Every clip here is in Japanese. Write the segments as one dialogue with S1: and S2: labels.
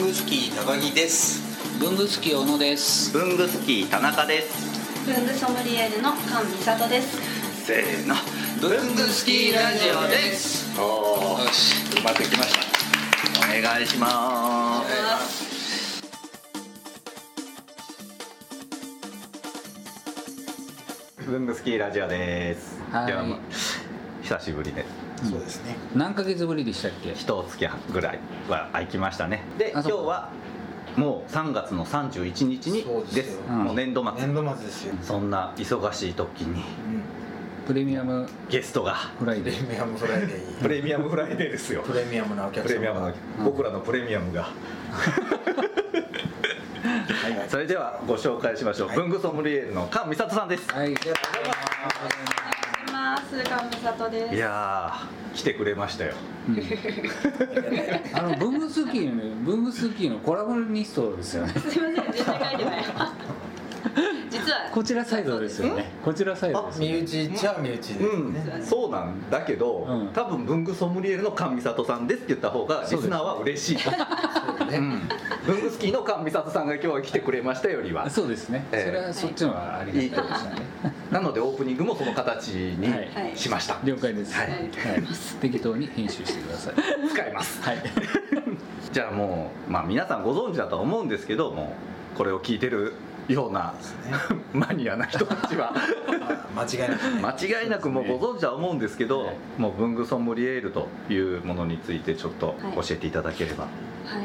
S1: グスキー高木です
S2: 文具好き小野です
S3: 文具スキー田中です
S4: 文具ソムリエールの菅美里です。
S3: せーの
S2: 文具スキーラジオです
S3: おー
S2: よし
S3: うまくいきましたお願いします文具スキーラジオです
S2: はい
S3: やもう久しぶりで
S1: そうですね
S2: 何ヶ月ぶりでしたっけ
S3: 一月ぐらいは空きましたねで
S2: あ
S3: 今日
S2: そっか
S3: はもう3月の31日に
S1: そうです
S3: で
S1: よ
S3: す
S2: うん
S3: もう年度末
S1: 年度末ですよ、
S3: そんな忙しい時に
S2: プレミアム
S3: ゲストが
S2: フライ
S1: プ
S2: デ
S1: レ
S2: ー
S1: ミアムフライデー
S3: プレミアムフライデーですよ
S1: プレミアムなお客
S3: プ
S1: 様
S3: レミアムの僕らのプレミアムが、
S1: はいはい
S3: それではご紹介しましょう、
S1: はい
S3: 文具ソムリエールの菅美里さんです、
S2: はい
S4: います。菅美里です。
S3: い、やー来てくれましたよ
S2: うんあの文具スキーの文具スキーのコラボニストですよね
S4: すみません、全然書いてない。実は。
S2: こちらサイドですよねこちらサイドですよ
S1: 身
S2: ね
S1: 内じゃ身内ですね、
S3: うんそうなんだけど、
S2: うん
S3: 多分文具ソムリエールの菅美里さんですって言った方がリスナーは嬉しい、
S1: そうね、
S3: 文具スキーの菅美里さんが今日は来てくれましたよりは
S2: そうですねそ
S3: ええ
S2: れはそっちの方がありがたいですよね
S3: なのでオープニングもその形に
S2: はい
S3: しました、
S2: 了解です
S3: はい
S2: はい適当に編集してください
S3: 使います
S2: はい
S3: じゃあもう、まあ、皆さんご存知だとは思うんですけどもこれを聞いてるような マニアな人たち は
S1: 間違いなくね
S3: 間違いなくもうご存知だと思うんですけど
S2: はい
S3: もう文具ソムリエールというものについてちょっと教えていただければ、
S4: はい、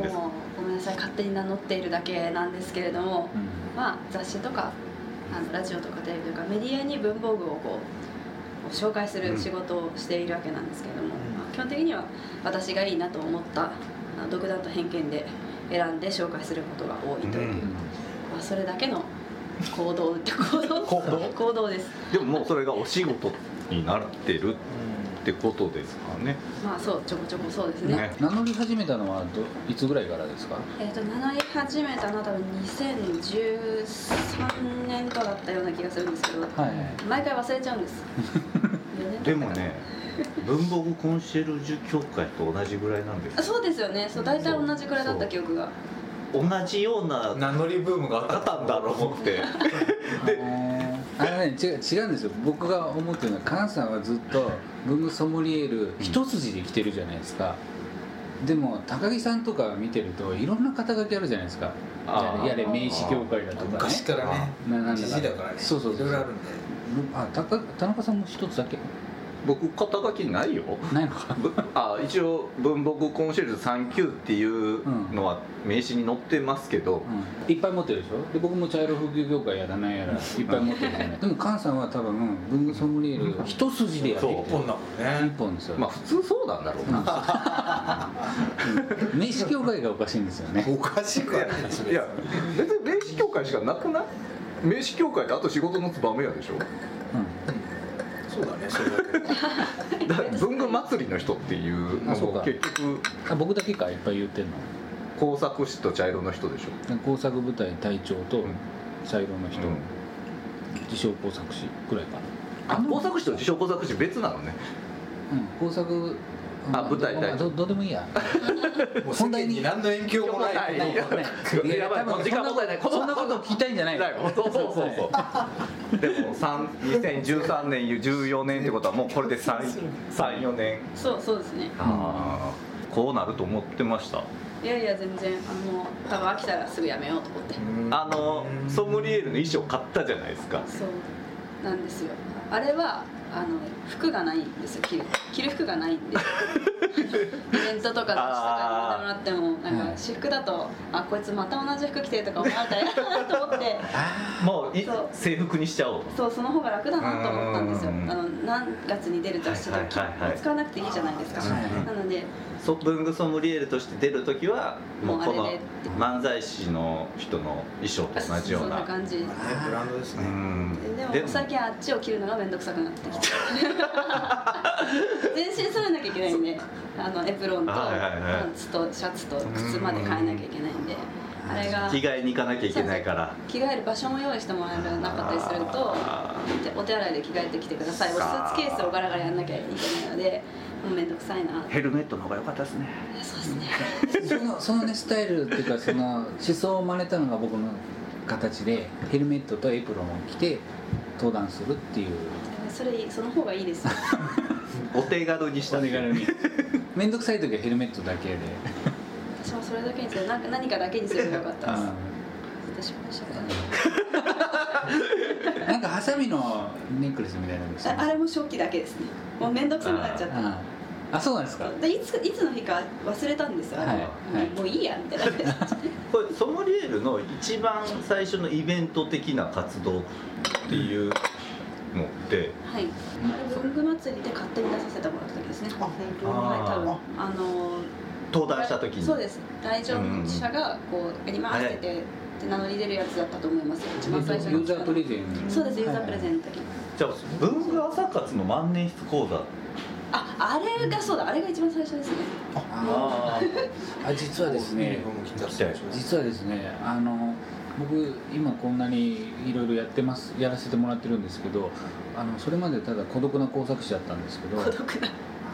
S4: もう、ごめんなさい、勝手に名乗っているだけなんですけれども。まあ、雑誌とか、あのラジオとかテレビとか、メディアに文房具をこう。紹介する仕事をしているわけなんですけれども、
S1: ん
S4: まあ基本的には私がいいなと思った。あの独断と偏見で選んで紹介することが多いという、
S3: うん
S4: まあ、それだけの行動って行動
S3: 行動
S4: 行動です。
S3: でももうそれがお仕事になってる
S1: うん
S3: ってことですかね
S4: まあそうちょこちょこそうですね。
S3: ね
S2: 名乗り始めたのはどいつぐらいからですか
S4: えっ、と名乗り始めたのは多分2013年とだったような気がするんですけど、
S2: はい
S4: 毎回忘れちゃうん です。4年経ったかな
S3: でもね。文房具コンシェルジュ協会と同じぐらいなんです
S4: あそうですよね。そう大体同じくらいだった記憶が。
S3: 同じような
S1: 名乗りブームがあ
S3: あ
S1: った
S3: ったんだろう って
S2: で、あれね、違う違うんですよ僕が思ってるのは菅さんはずっと文具ソムリエール一筋で来てるじゃないですか、でも高木さんとか見てるといろんな肩書きあるじゃないですか
S3: あー
S2: やれ名刺協会だとかね
S1: 昔からね
S2: ななん
S1: じじいだからね
S2: そうそう
S1: い
S2: そ
S1: ろ
S2: う
S1: いろあるんで
S2: あ高田中さんも一つだけ
S3: 僕肩書きないよ
S2: ないのか
S3: ぶ あ一応文房具コンシェルジュ39っていうのは名刺に載ってますけど、
S2: うんいっぱい持ってるでしょで僕も茶色風景業界やらないやらいっぱい持ってるじゃ ないでも菅さんは多分文具ソムリエール一筋でやってき
S3: うん
S2: て
S1: こんなもん
S2: る
S1: ね
S2: 一本ですよ、
S3: まあ普通そうなんだろうな、
S2: 名刺協会がおかしいんですよね
S1: おかしくはないです
S3: いや別に名刺協会しかなくない名刺協会ってあと仕事のつばめやで しょ
S1: そうだねそれだけ
S3: だ文具祭りの人っていうの
S2: あそう
S3: も
S2: か
S3: 結局
S2: あ僕だけかいっぱい言ってんの
S3: 工作士と茶色の人でしょ
S2: 工作部隊隊長と
S3: うん
S2: 茶色の人、
S3: うん
S2: 自称工作士くらいかな
S3: あ工作士と自称工作士別なのね
S2: うん工作うん
S3: あ部隊隊長
S2: どどうでもいいや
S1: どもう世間に何の影響もない
S3: いややばいもう時間もったいないこの
S2: そんなこと聞きたいんじゃない
S3: ライブそうそうそうそうでも3 2013年14年ってことはもうこれで34年
S4: そうそうですね。
S3: ああこうなると思ってました
S4: いやいや全然あの多分飽きたらすぐやめようと思って。
S3: あのソムリエールの衣装買ったじゃないですか
S4: そうなんですよ。あれはあの服がないんですよ。着る着る服がない んで。イベントとかで下から見てもらってもなん
S2: は
S4: か
S2: い
S4: 私服だとあこいつまた同じ服着てるとか思われたら嫌だなと思って。
S3: もうい
S4: そう
S3: 制服にしちゃおう
S4: そうその方が楽だなと思ったんですよ。
S3: うん
S4: あの何月に出る雑誌とか
S3: はいはいはいはい
S4: 使わなくていいじゃないですか。
S2: はい
S4: なので
S3: ソ文具ソムリエールとして出る時はもうこ
S4: もうあ
S3: の
S4: れで
S3: 漫才師の人の衣装と同じよ
S4: そ
S3: うん
S4: な
S3: な
S4: 感じ。
S1: ブランドです
S3: う
S1: ね
S3: ん
S4: でも最近あっちを着るのが面倒くさく なってきて全身揃えなきゃいけないんであのエプロンと
S3: はいはいはい
S4: パンツとシャツと靴まで変えなきゃいけないんであれが
S3: 着替えに行かなきゃいけないから
S4: 着替える場所も用意してもらえなかったりすると
S3: あ
S4: でお手洗いで着替えてきてくださいおスーツケースをガラガラやんなきゃいけないのでもうめんどくさいな
S3: ーヘルメットの方が良かったですね
S4: そうですね
S2: そのそのねスタイルっていうかその思想を真似たのが僕の形でヘルメットとエプロンを着て登壇するっていう
S4: それその方がいいですよ
S3: お手軽にした
S2: に面倒くさい時はヘルメットだけで
S4: 私もそれだけにするなんか何かだけにすればよかったです私もし
S2: うんなんかハサミのネックレスみたいなのでした
S4: ああれも食器だけですねもうめんどくさくなっちゃっ
S2: う
S4: た
S2: んあそうなんですか
S4: でいついつの日か忘れたんですよ、あの
S2: はいはい
S4: もういいや みたいな
S3: これソムリエールの一番最初のイベント的な活動っていうのって
S4: はい文具祭りで勝手に出させてもらった時ですね
S1: あ
S4: えっとはい多分あの
S3: 登壇した時に
S4: そうです来場者がこうやりますって言ってで名乗り出るやつだったと思いますよ一番最初
S2: ユ
S4: の
S2: ーザープレゼン
S4: そうですユーザープレゼ
S2: ン
S4: ンの時
S3: じゃあ文具朝活の万年筆講座
S4: ああれがそうだあれが一番最初ですね
S3: あ
S2: あ実はですね実はですねあの僕今こんなにいろいろやってますやらせてもらってるんですけどあのそれまでただ孤独な工作士だったんですけど
S4: 孤独な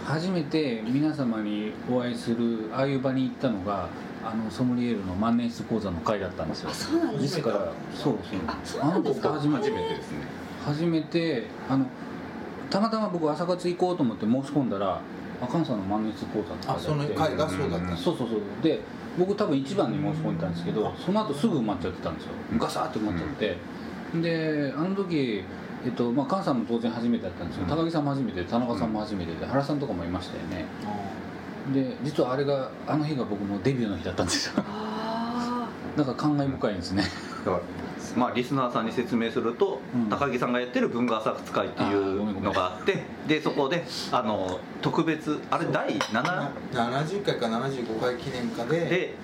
S2: 初めて皆様にお会いするああいう場に行ったのがあのソムリエールの万年筆講座の会だったんですよ
S4: あそうなんで
S2: ですすからそうそう
S4: あそうなんですか
S2: あの子が初めて
S3: すね
S2: 初めてあのたまたま僕朝活行こうと思って申し込んだら赤んさんの万年筆講座って書いてあって
S1: あその回がそうだったんです
S2: そうそうそうで僕多分一番に申し込んでたんですけどその後すぐ埋まっちゃってたんですよガサーって埋まっちゃって、であの時えっとまあ菅さんも当然初めてだったんですけど、
S3: うん
S2: 高木さんも初めて田中さんも初めてで、原さんとかもいましたよねで実はあれがあの日が僕もデビューの日だったんですよ
S4: あ
S2: なんか感慨深いですね
S3: だからまあリスナーさんに説明すると、
S2: うん
S3: 高木さんがやってる文具朝活会っていうのがあってでそこであの特別あれ第7
S1: 70回か75回記念かで
S3: で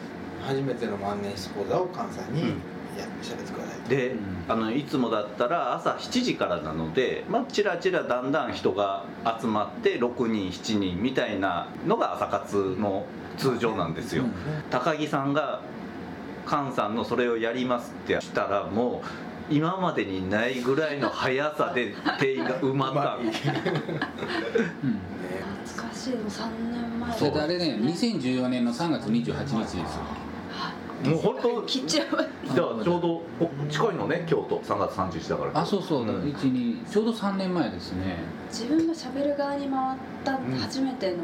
S1: 初めての万年筆講座を関西
S3: う
S1: に
S3: ん
S1: やっしゃべってください
S3: で、
S2: うん
S3: あのいつもだったら朝7時からなので、まあ、ちらちらだんだん人が集まって6人7人みたいなのが朝活の通常なんですよ、
S2: うん
S3: 高木さんが菅さんのそれをやりますってしたらもう今までにないぐらいの速さで定員が埋 まった
S1: ね
S2: うん
S4: あ懐かしいもう3年前
S2: それであれね
S4: 2000
S2: 2014年の3月28日ですよ
S3: もう本 当
S4: 切っちゃう
S3: だからちょうどお近いのね京都3月31日だから
S2: あそうそう、
S3: ん
S2: 12ちょうど3年前ですね、
S4: 自分が喋る側に回った初めてのイベ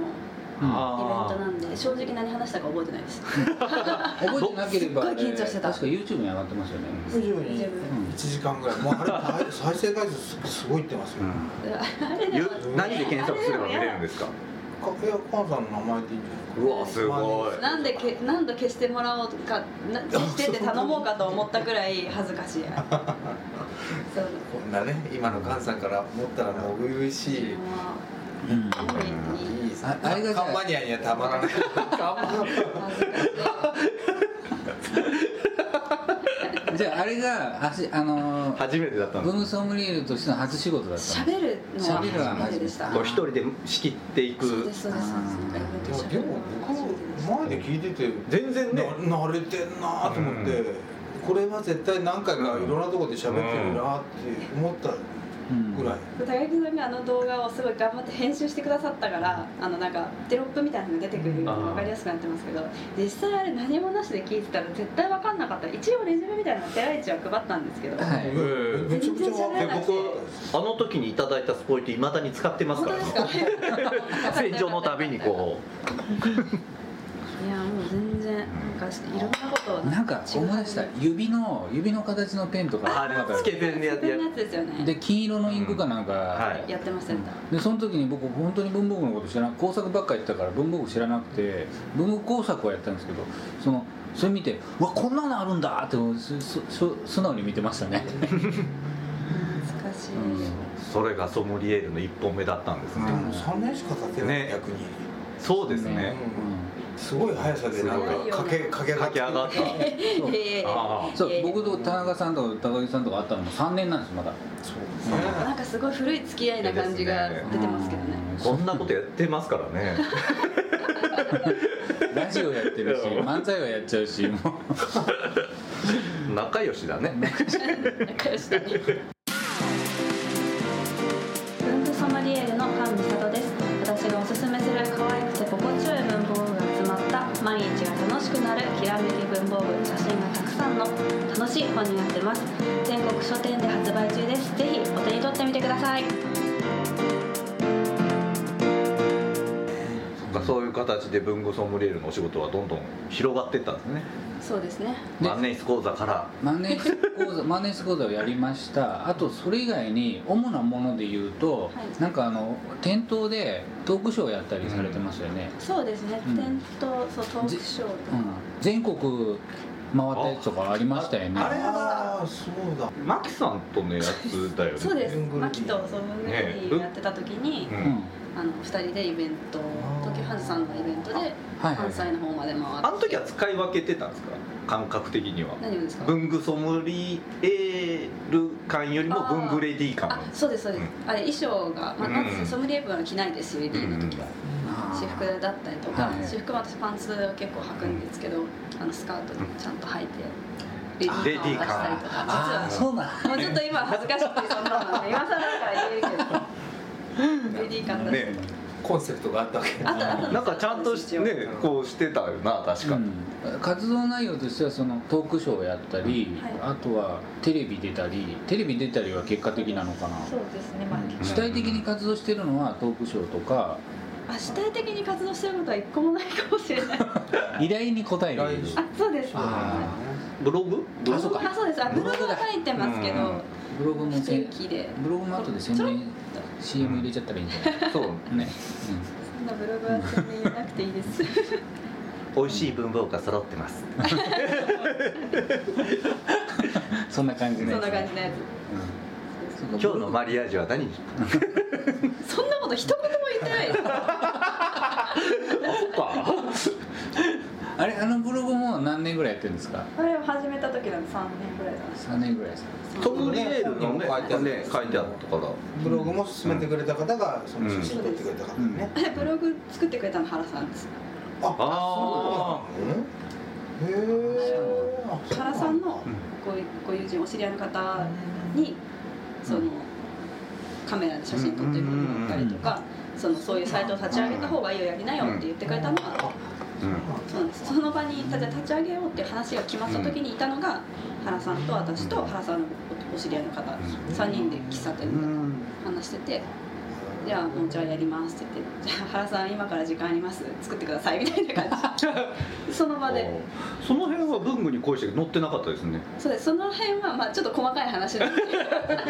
S2: うん
S3: あ
S4: ントなんで、正直何話したか覚えてないです
S2: 覚えてなければ
S4: すっごい緊張してた
S2: えー確か YouTube に上がってますよね、
S1: 以上に
S2: うん
S1: 1時間ぐらいもうあれ再生回数すすごいいってますよ
S3: うん
S4: あれで
S3: ゆ
S4: も
S3: 何で検索すれば見れるんですか
S1: かいや菅さんの名前でいいんじゃないですか
S3: うわすごい
S4: なんでけ何度消してもらおうかな 消してって頼もうかと思ったぐらい恥ずかしいそう
S1: こんなね今の菅さんから持ったらもう初々しい
S4: も
S2: うん
S4: ういいいい
S2: ああれがじゃあ
S1: カンマニアにはたまらない
S4: 恥ずかしい
S2: じゃああれがあしあのー
S3: 初めてだったんで
S2: ブ
S3: す
S2: ームソムリエルとしての初仕事だったんです
S4: 喋るの
S2: 喋るのは
S4: は初めてでした
S2: 初
S3: こう一人で仕切ってい
S4: そう
S3: く
S4: ですそうですそう
S1: でも僕前で聞いてて
S3: 全然ね
S1: な慣れてんなと思って、これは絶対何回かいろんなところで喋ってるなって思った
S2: うん
S1: ぐらい、
S4: 高木さんがあの動画をすごい頑張って編集してくださったからあのなんかテロップみたいなのが出てくるのが分かりやすくなってますけど実際あれ何もなしで聞いてたら絶対分かんなかった一応レジュメみたいなの寺市は配ったんですけど、
S2: はい
S3: うん
S1: めちゃくちゃ分か
S3: で
S1: る
S3: 僕あの時にいただいたスポイトいまだに使ってます
S4: 本
S3: か
S4: 当
S3: ら
S4: ですか
S3: 戦場のたびにこ
S4: ういやもう全然なんかいろんなことを
S2: なんか思い出した指の指の形のペンと
S3: う あ
S2: か
S3: れつけペンでやって
S4: 自分のやつですよね
S2: で金色のインクかなんか、
S3: は
S4: やってませんだ
S2: でその時に僕本当に文房具のこと知らな工作ばっかりやってたから文房具知らなくて文房具工作はやったんですけどそのそれ見てうわこんなのあるんだってすすす素直に見てましたね、
S4: 懐かしい、
S2: う
S3: それがソムリエールの一本目だったんです
S1: で
S3: ね
S1: も3年しか経ってない、
S3: ね
S1: 逆に、
S3: そうです
S2: ね
S3: ね
S2: ん
S1: すごい速さでな
S3: す
S1: ん
S4: ごい
S1: か
S4: よ
S1: 駆け駆け
S3: 駆け上がった
S2: そう
S4: いやいやいや
S3: あ
S2: そう
S4: いやいや
S2: 僕と田中さんとか高木さんとか会ったのも3年なんですまだ
S1: そう
S4: なんかすごい古い付き合いな感じが出てますけどね
S2: う ん
S3: こんなことやってますからね
S2: ラジオやってるし
S3: うん
S2: 漫才はやっちゃうしもう
S3: 仲良しだね
S4: 仲良しだね文具ソムリエールの菅美里です私がおすすめする可愛くて心地よい文房具が詰まった毎日が楽しくなるきらめき文房具写真がたくさんの楽しい本になってます全国書店で発売中ですぜひお手に取ってみてください
S3: そっかそういう形で文具ソムリエールのお仕事はどんどん広がってったんですね
S4: そうですね
S2: ね
S3: 万年筆講座から
S2: マネース講座マネース講座をやりましたあとそれ以外に主なもので言うと、
S4: はい
S2: なんかあの店頭でトークショーをやったりされてますよね、
S4: そうですね
S2: うん
S4: 店頭そうトークショーと
S2: うん全国回ったやつとかありましたよね
S1: あれはそうだ
S3: マキさんとのやつだよね
S4: そうです
S1: 文具
S4: マキとそう文具リエールやってた時に、
S3: う
S2: うん
S3: ん、
S4: あの2人でイベント東京ハンズさんのイベントで
S2: はいは
S4: 関
S2: い
S4: 西の方まで回って
S3: あの時は使い分けてたんですか感覚的には
S4: 何をですか
S3: 文具ソムリエール感よりも文具レディー感
S4: あそうですそうです、あれ衣装が、まあ、
S3: うん
S4: 夏ソムリエ部は着ないですよ ED の時は、私服だったりとか、
S2: はい
S4: 私服は私パンツを結構履くんですけど、あのスカートちゃんと履いてレ
S3: あ
S4: ディー感を出したりとか
S2: ああ
S4: 実は
S2: そうなん
S4: もうちょっと今恥ずかしくてそんなの今更だから言えるけどレディー感出して、
S3: ね
S1: コンセプトがあったわけ
S4: あとあと
S3: なんかちゃんとし
S4: 一
S3: ね
S4: 応
S3: こうしてたよな確か、
S2: うん活動内容としてはそのトークショーをやったり、
S4: はい
S2: あとはテレビ出たりテレビ出たりは結果的なのかな
S4: そうですねまあ
S2: 主体的に活動してるのはトークショーとか
S4: あ主体的に活動してることは一個もないかもしれないあ
S2: 依頼に応える
S1: 依頼
S4: そうです
S2: あ
S3: ブログ
S2: あそうか
S4: あそうですあブログは書いてますけ
S3: うん
S4: ど
S2: ブログも
S4: 不
S2: せ
S4: 定期で
S2: ブログも後で宣伝 CM 入れちゃったらいいんじゃな
S3: そう
S2: いね、
S4: そんなブログは全然言えなくていいです
S3: 美味しい文房具が揃ってます
S2: うん、そんな感じ
S4: そん
S2: ね
S4: な感じのや
S2: うんそうか
S3: 今日のマリアージュは何にし
S4: つそんなこと一言も言ってないです
S3: か
S2: あれあのブログも何年ぐらいやってるんですか
S4: これを始めた時なんで3年ぐらいだ
S2: 3年ぐらい ですか
S3: ソムリエールのね
S1: 本にも書いてある
S3: ね書いてあったから
S1: ブログも進めてくれた方がその写真撮ってくれた方ね、
S4: なブログ作ってくれたの原さんです
S1: あ
S3: あ
S1: そうなのへえ
S4: 原さ
S3: うん
S4: んのごご友人お知り合いの方にそのカメラで写真撮ってるのを送ったりとかそのそういうサイトを立ち上げた方がいいよやりなよって言ってくれたのは
S3: うん
S4: そうなんですその場にただ立ち上げようって話が決まった時にいたのが、原さんと私と原さんのお知り合いの方3人で喫茶店
S3: う
S4: で
S3: ん
S4: 話してて「じゃあもうじゃあやります」って言って「じゃあ原さん今から時間あります作ってください」みたいな感じその場で
S3: その辺は文具に恋して乗ってなかったですね
S4: そうですその辺はまあちょっと細かい話なんですけ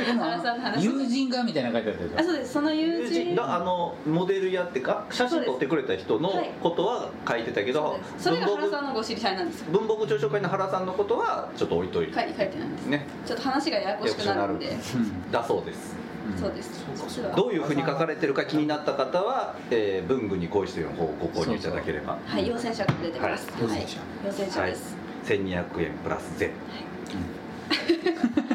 S4: ど
S2: でもあ
S4: 原さんの
S2: の
S4: 話
S2: 友人がみたいなの書いてあったでしょ
S4: あそうですその友
S3: 友人
S4: 人
S3: があのモデルやってか写真撮ってくれた人の
S4: そうです
S3: ことは書いてたけ
S4: そ
S3: ど
S4: うですそれが
S3: 文
S4: 原
S3: 房
S4: さんのご知り合いなんですよ
S3: 具文房具朝食会の原さんのことはちょっと置いといて
S4: 書い書いてないんです
S3: ね
S4: ちょっと話がややこしくなるんで
S3: ややこ
S2: うん
S3: だそうです
S2: ん
S4: そうです
S1: そうか
S4: 実は
S3: どういうふうに書かれてるか気になった方は、えー文具に恋してるの方をご購入いただければ
S4: はい陽性者が出てます
S1: はい
S4: はい
S1: 陽性者
S4: 陽性者です
S3: 1200円プラス税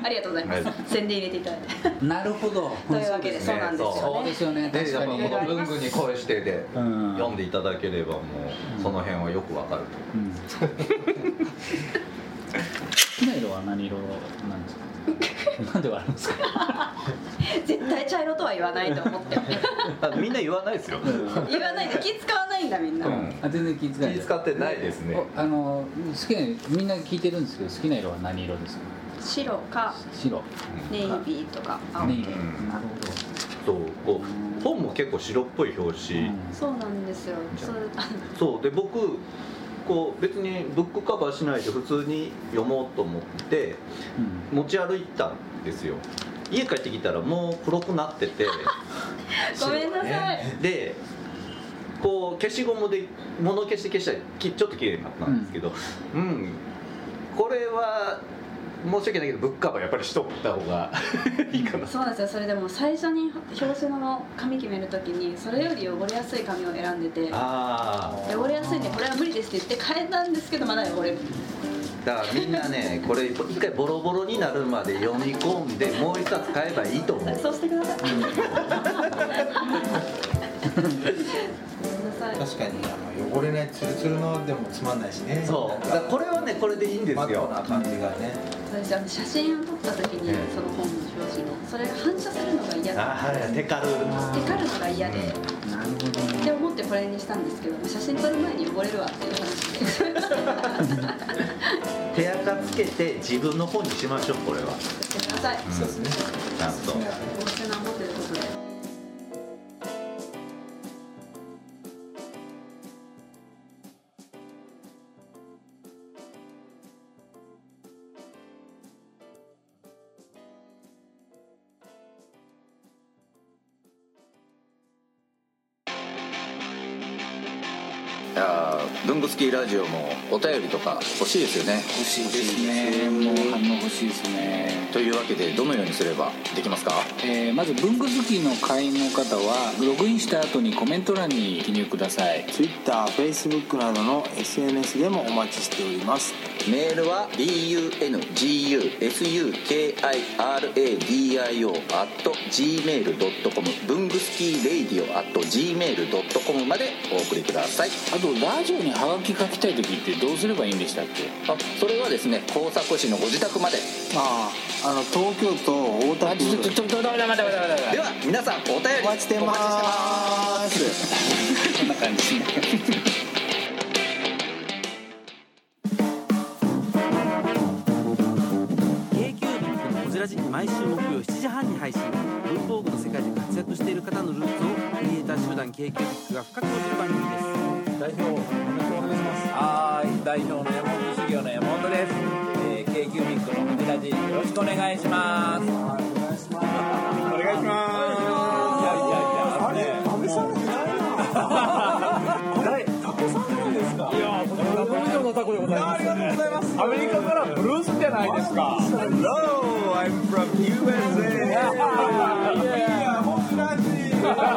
S4: ありがとうございます。
S3: はい
S4: 宣伝入れていただいて。
S2: なるほど
S4: というわけで、
S3: そ
S4: そうう
S3: で
S4: な
S3: すね
S4: んですよ
S2: そうで
S4: ね。
S2: すよね
S3: で
S2: 確
S3: やっ
S2: か
S3: ぱこ
S2: に
S4: やっぱ
S3: の
S4: こ
S3: 文
S4: の
S3: 具に恋してで
S2: うん
S3: 読んでいただければもうその辺はよくわかると
S2: うん好きな色は何色なんですかなんで笑うんですか
S4: 絶対茶色とは言わないと 思って。
S3: あみんな言わないですよ、
S4: 言わないで、気使わないんだ、みんな。
S3: うん
S2: あ全然気遣いない
S3: 気使ってないですね
S2: おあの好きなみんな聞いてるんですけど好きな色は何色ですか
S4: 白か、
S2: 白
S4: ネイビーとか、青
S2: ネイ。ビ
S3: うん
S2: ーなる
S3: そうこう本も結構白っぽい表
S2: ほど、
S3: 紙、
S4: そうなんですよ。そう、
S3: そうで僕こう別にブックカバーしないで普通に読もうと思って
S2: うん
S3: 持ち歩いたんですよ家帰ってきたらもう黒くなってて
S4: ごめんなさい。
S3: でこう消しゴムで物消して消したらきちょっと綺麗になったんですけどうん、これは申し訳ないけどブックカバーやっぱりしとった方がいいかな
S4: そうなんですよ。それでも、最初に表紙の紙決めるときに、それより汚れやすい紙を選んでて。
S3: あ
S4: 汚れやすいんで、これは無理ですって言って、変えたんですけど、まだ汚れる。
S3: あだからみんなねこれ一回ボロボロになるまで読み込んでもう一冊買えば いいと思う
S4: そうしてください。ごめんなさい
S1: 確かにあの汚れないツルツルのでもつまんないしね
S5: そうだからこれはねこれでいいんです
S1: マット
S5: よ
S1: な感じがね
S4: 私あの写真を撮った時に
S5: うん
S4: その本の表紙のそれが反射するのが嫌だ
S5: あー手軽
S4: テカるのが嫌で、
S2: なるほどね
S4: って思ってこれにしたんですけど写真撮る前に汚れるわっていう話で
S5: 手垢つけて自分の本にしましょうこれは
S4: やってください
S5: うん
S1: そうですね
S5: ちゃんと
S4: お店の持ってることで
S3: いやー文具好きラジオもお便りとか欲しいですよね
S2: 欲しいですねもう反応欲しいですね
S3: というわけでどのようにすればできますか
S2: えーまず文具好きの会員の方はログインした後にコメント欄に記入ください
S6: TwitterFacebook などの SNS でもお待ちしております
S3: メールは bungusukiradio.gmail.com 文具好き radio.gmail.com までお送りください
S2: あとラジオにハガキ書きたい時ってどうすればいいんでしたっけ
S3: あそれはですね工作士のご自宅まで
S6: あああの東京都大田区
S2: ちょっと待って待って待って
S3: では皆さんお便り
S6: お待ちしてま
S3: お待ちし
S6: ーす
S3: て
S2: こんな感じ
S7: こじらじ毎週木曜7時半に配信文房具の世界で活躍している方のルーツをクリエイター集団 k q b i c が深く落ちる番組です
S8: 代表お願いしますはい代表の山本修行の山本です、えー、k q ミックのホジラジよろしくお願いしますお願いしますお願いしますいやいやいやあれ食べされてないなあれ食べされないんですかいやこれラブミの方でございます、ありがとうございますアメリカからブルースじゃないですか Hello I'm from USA いやいやホジラジ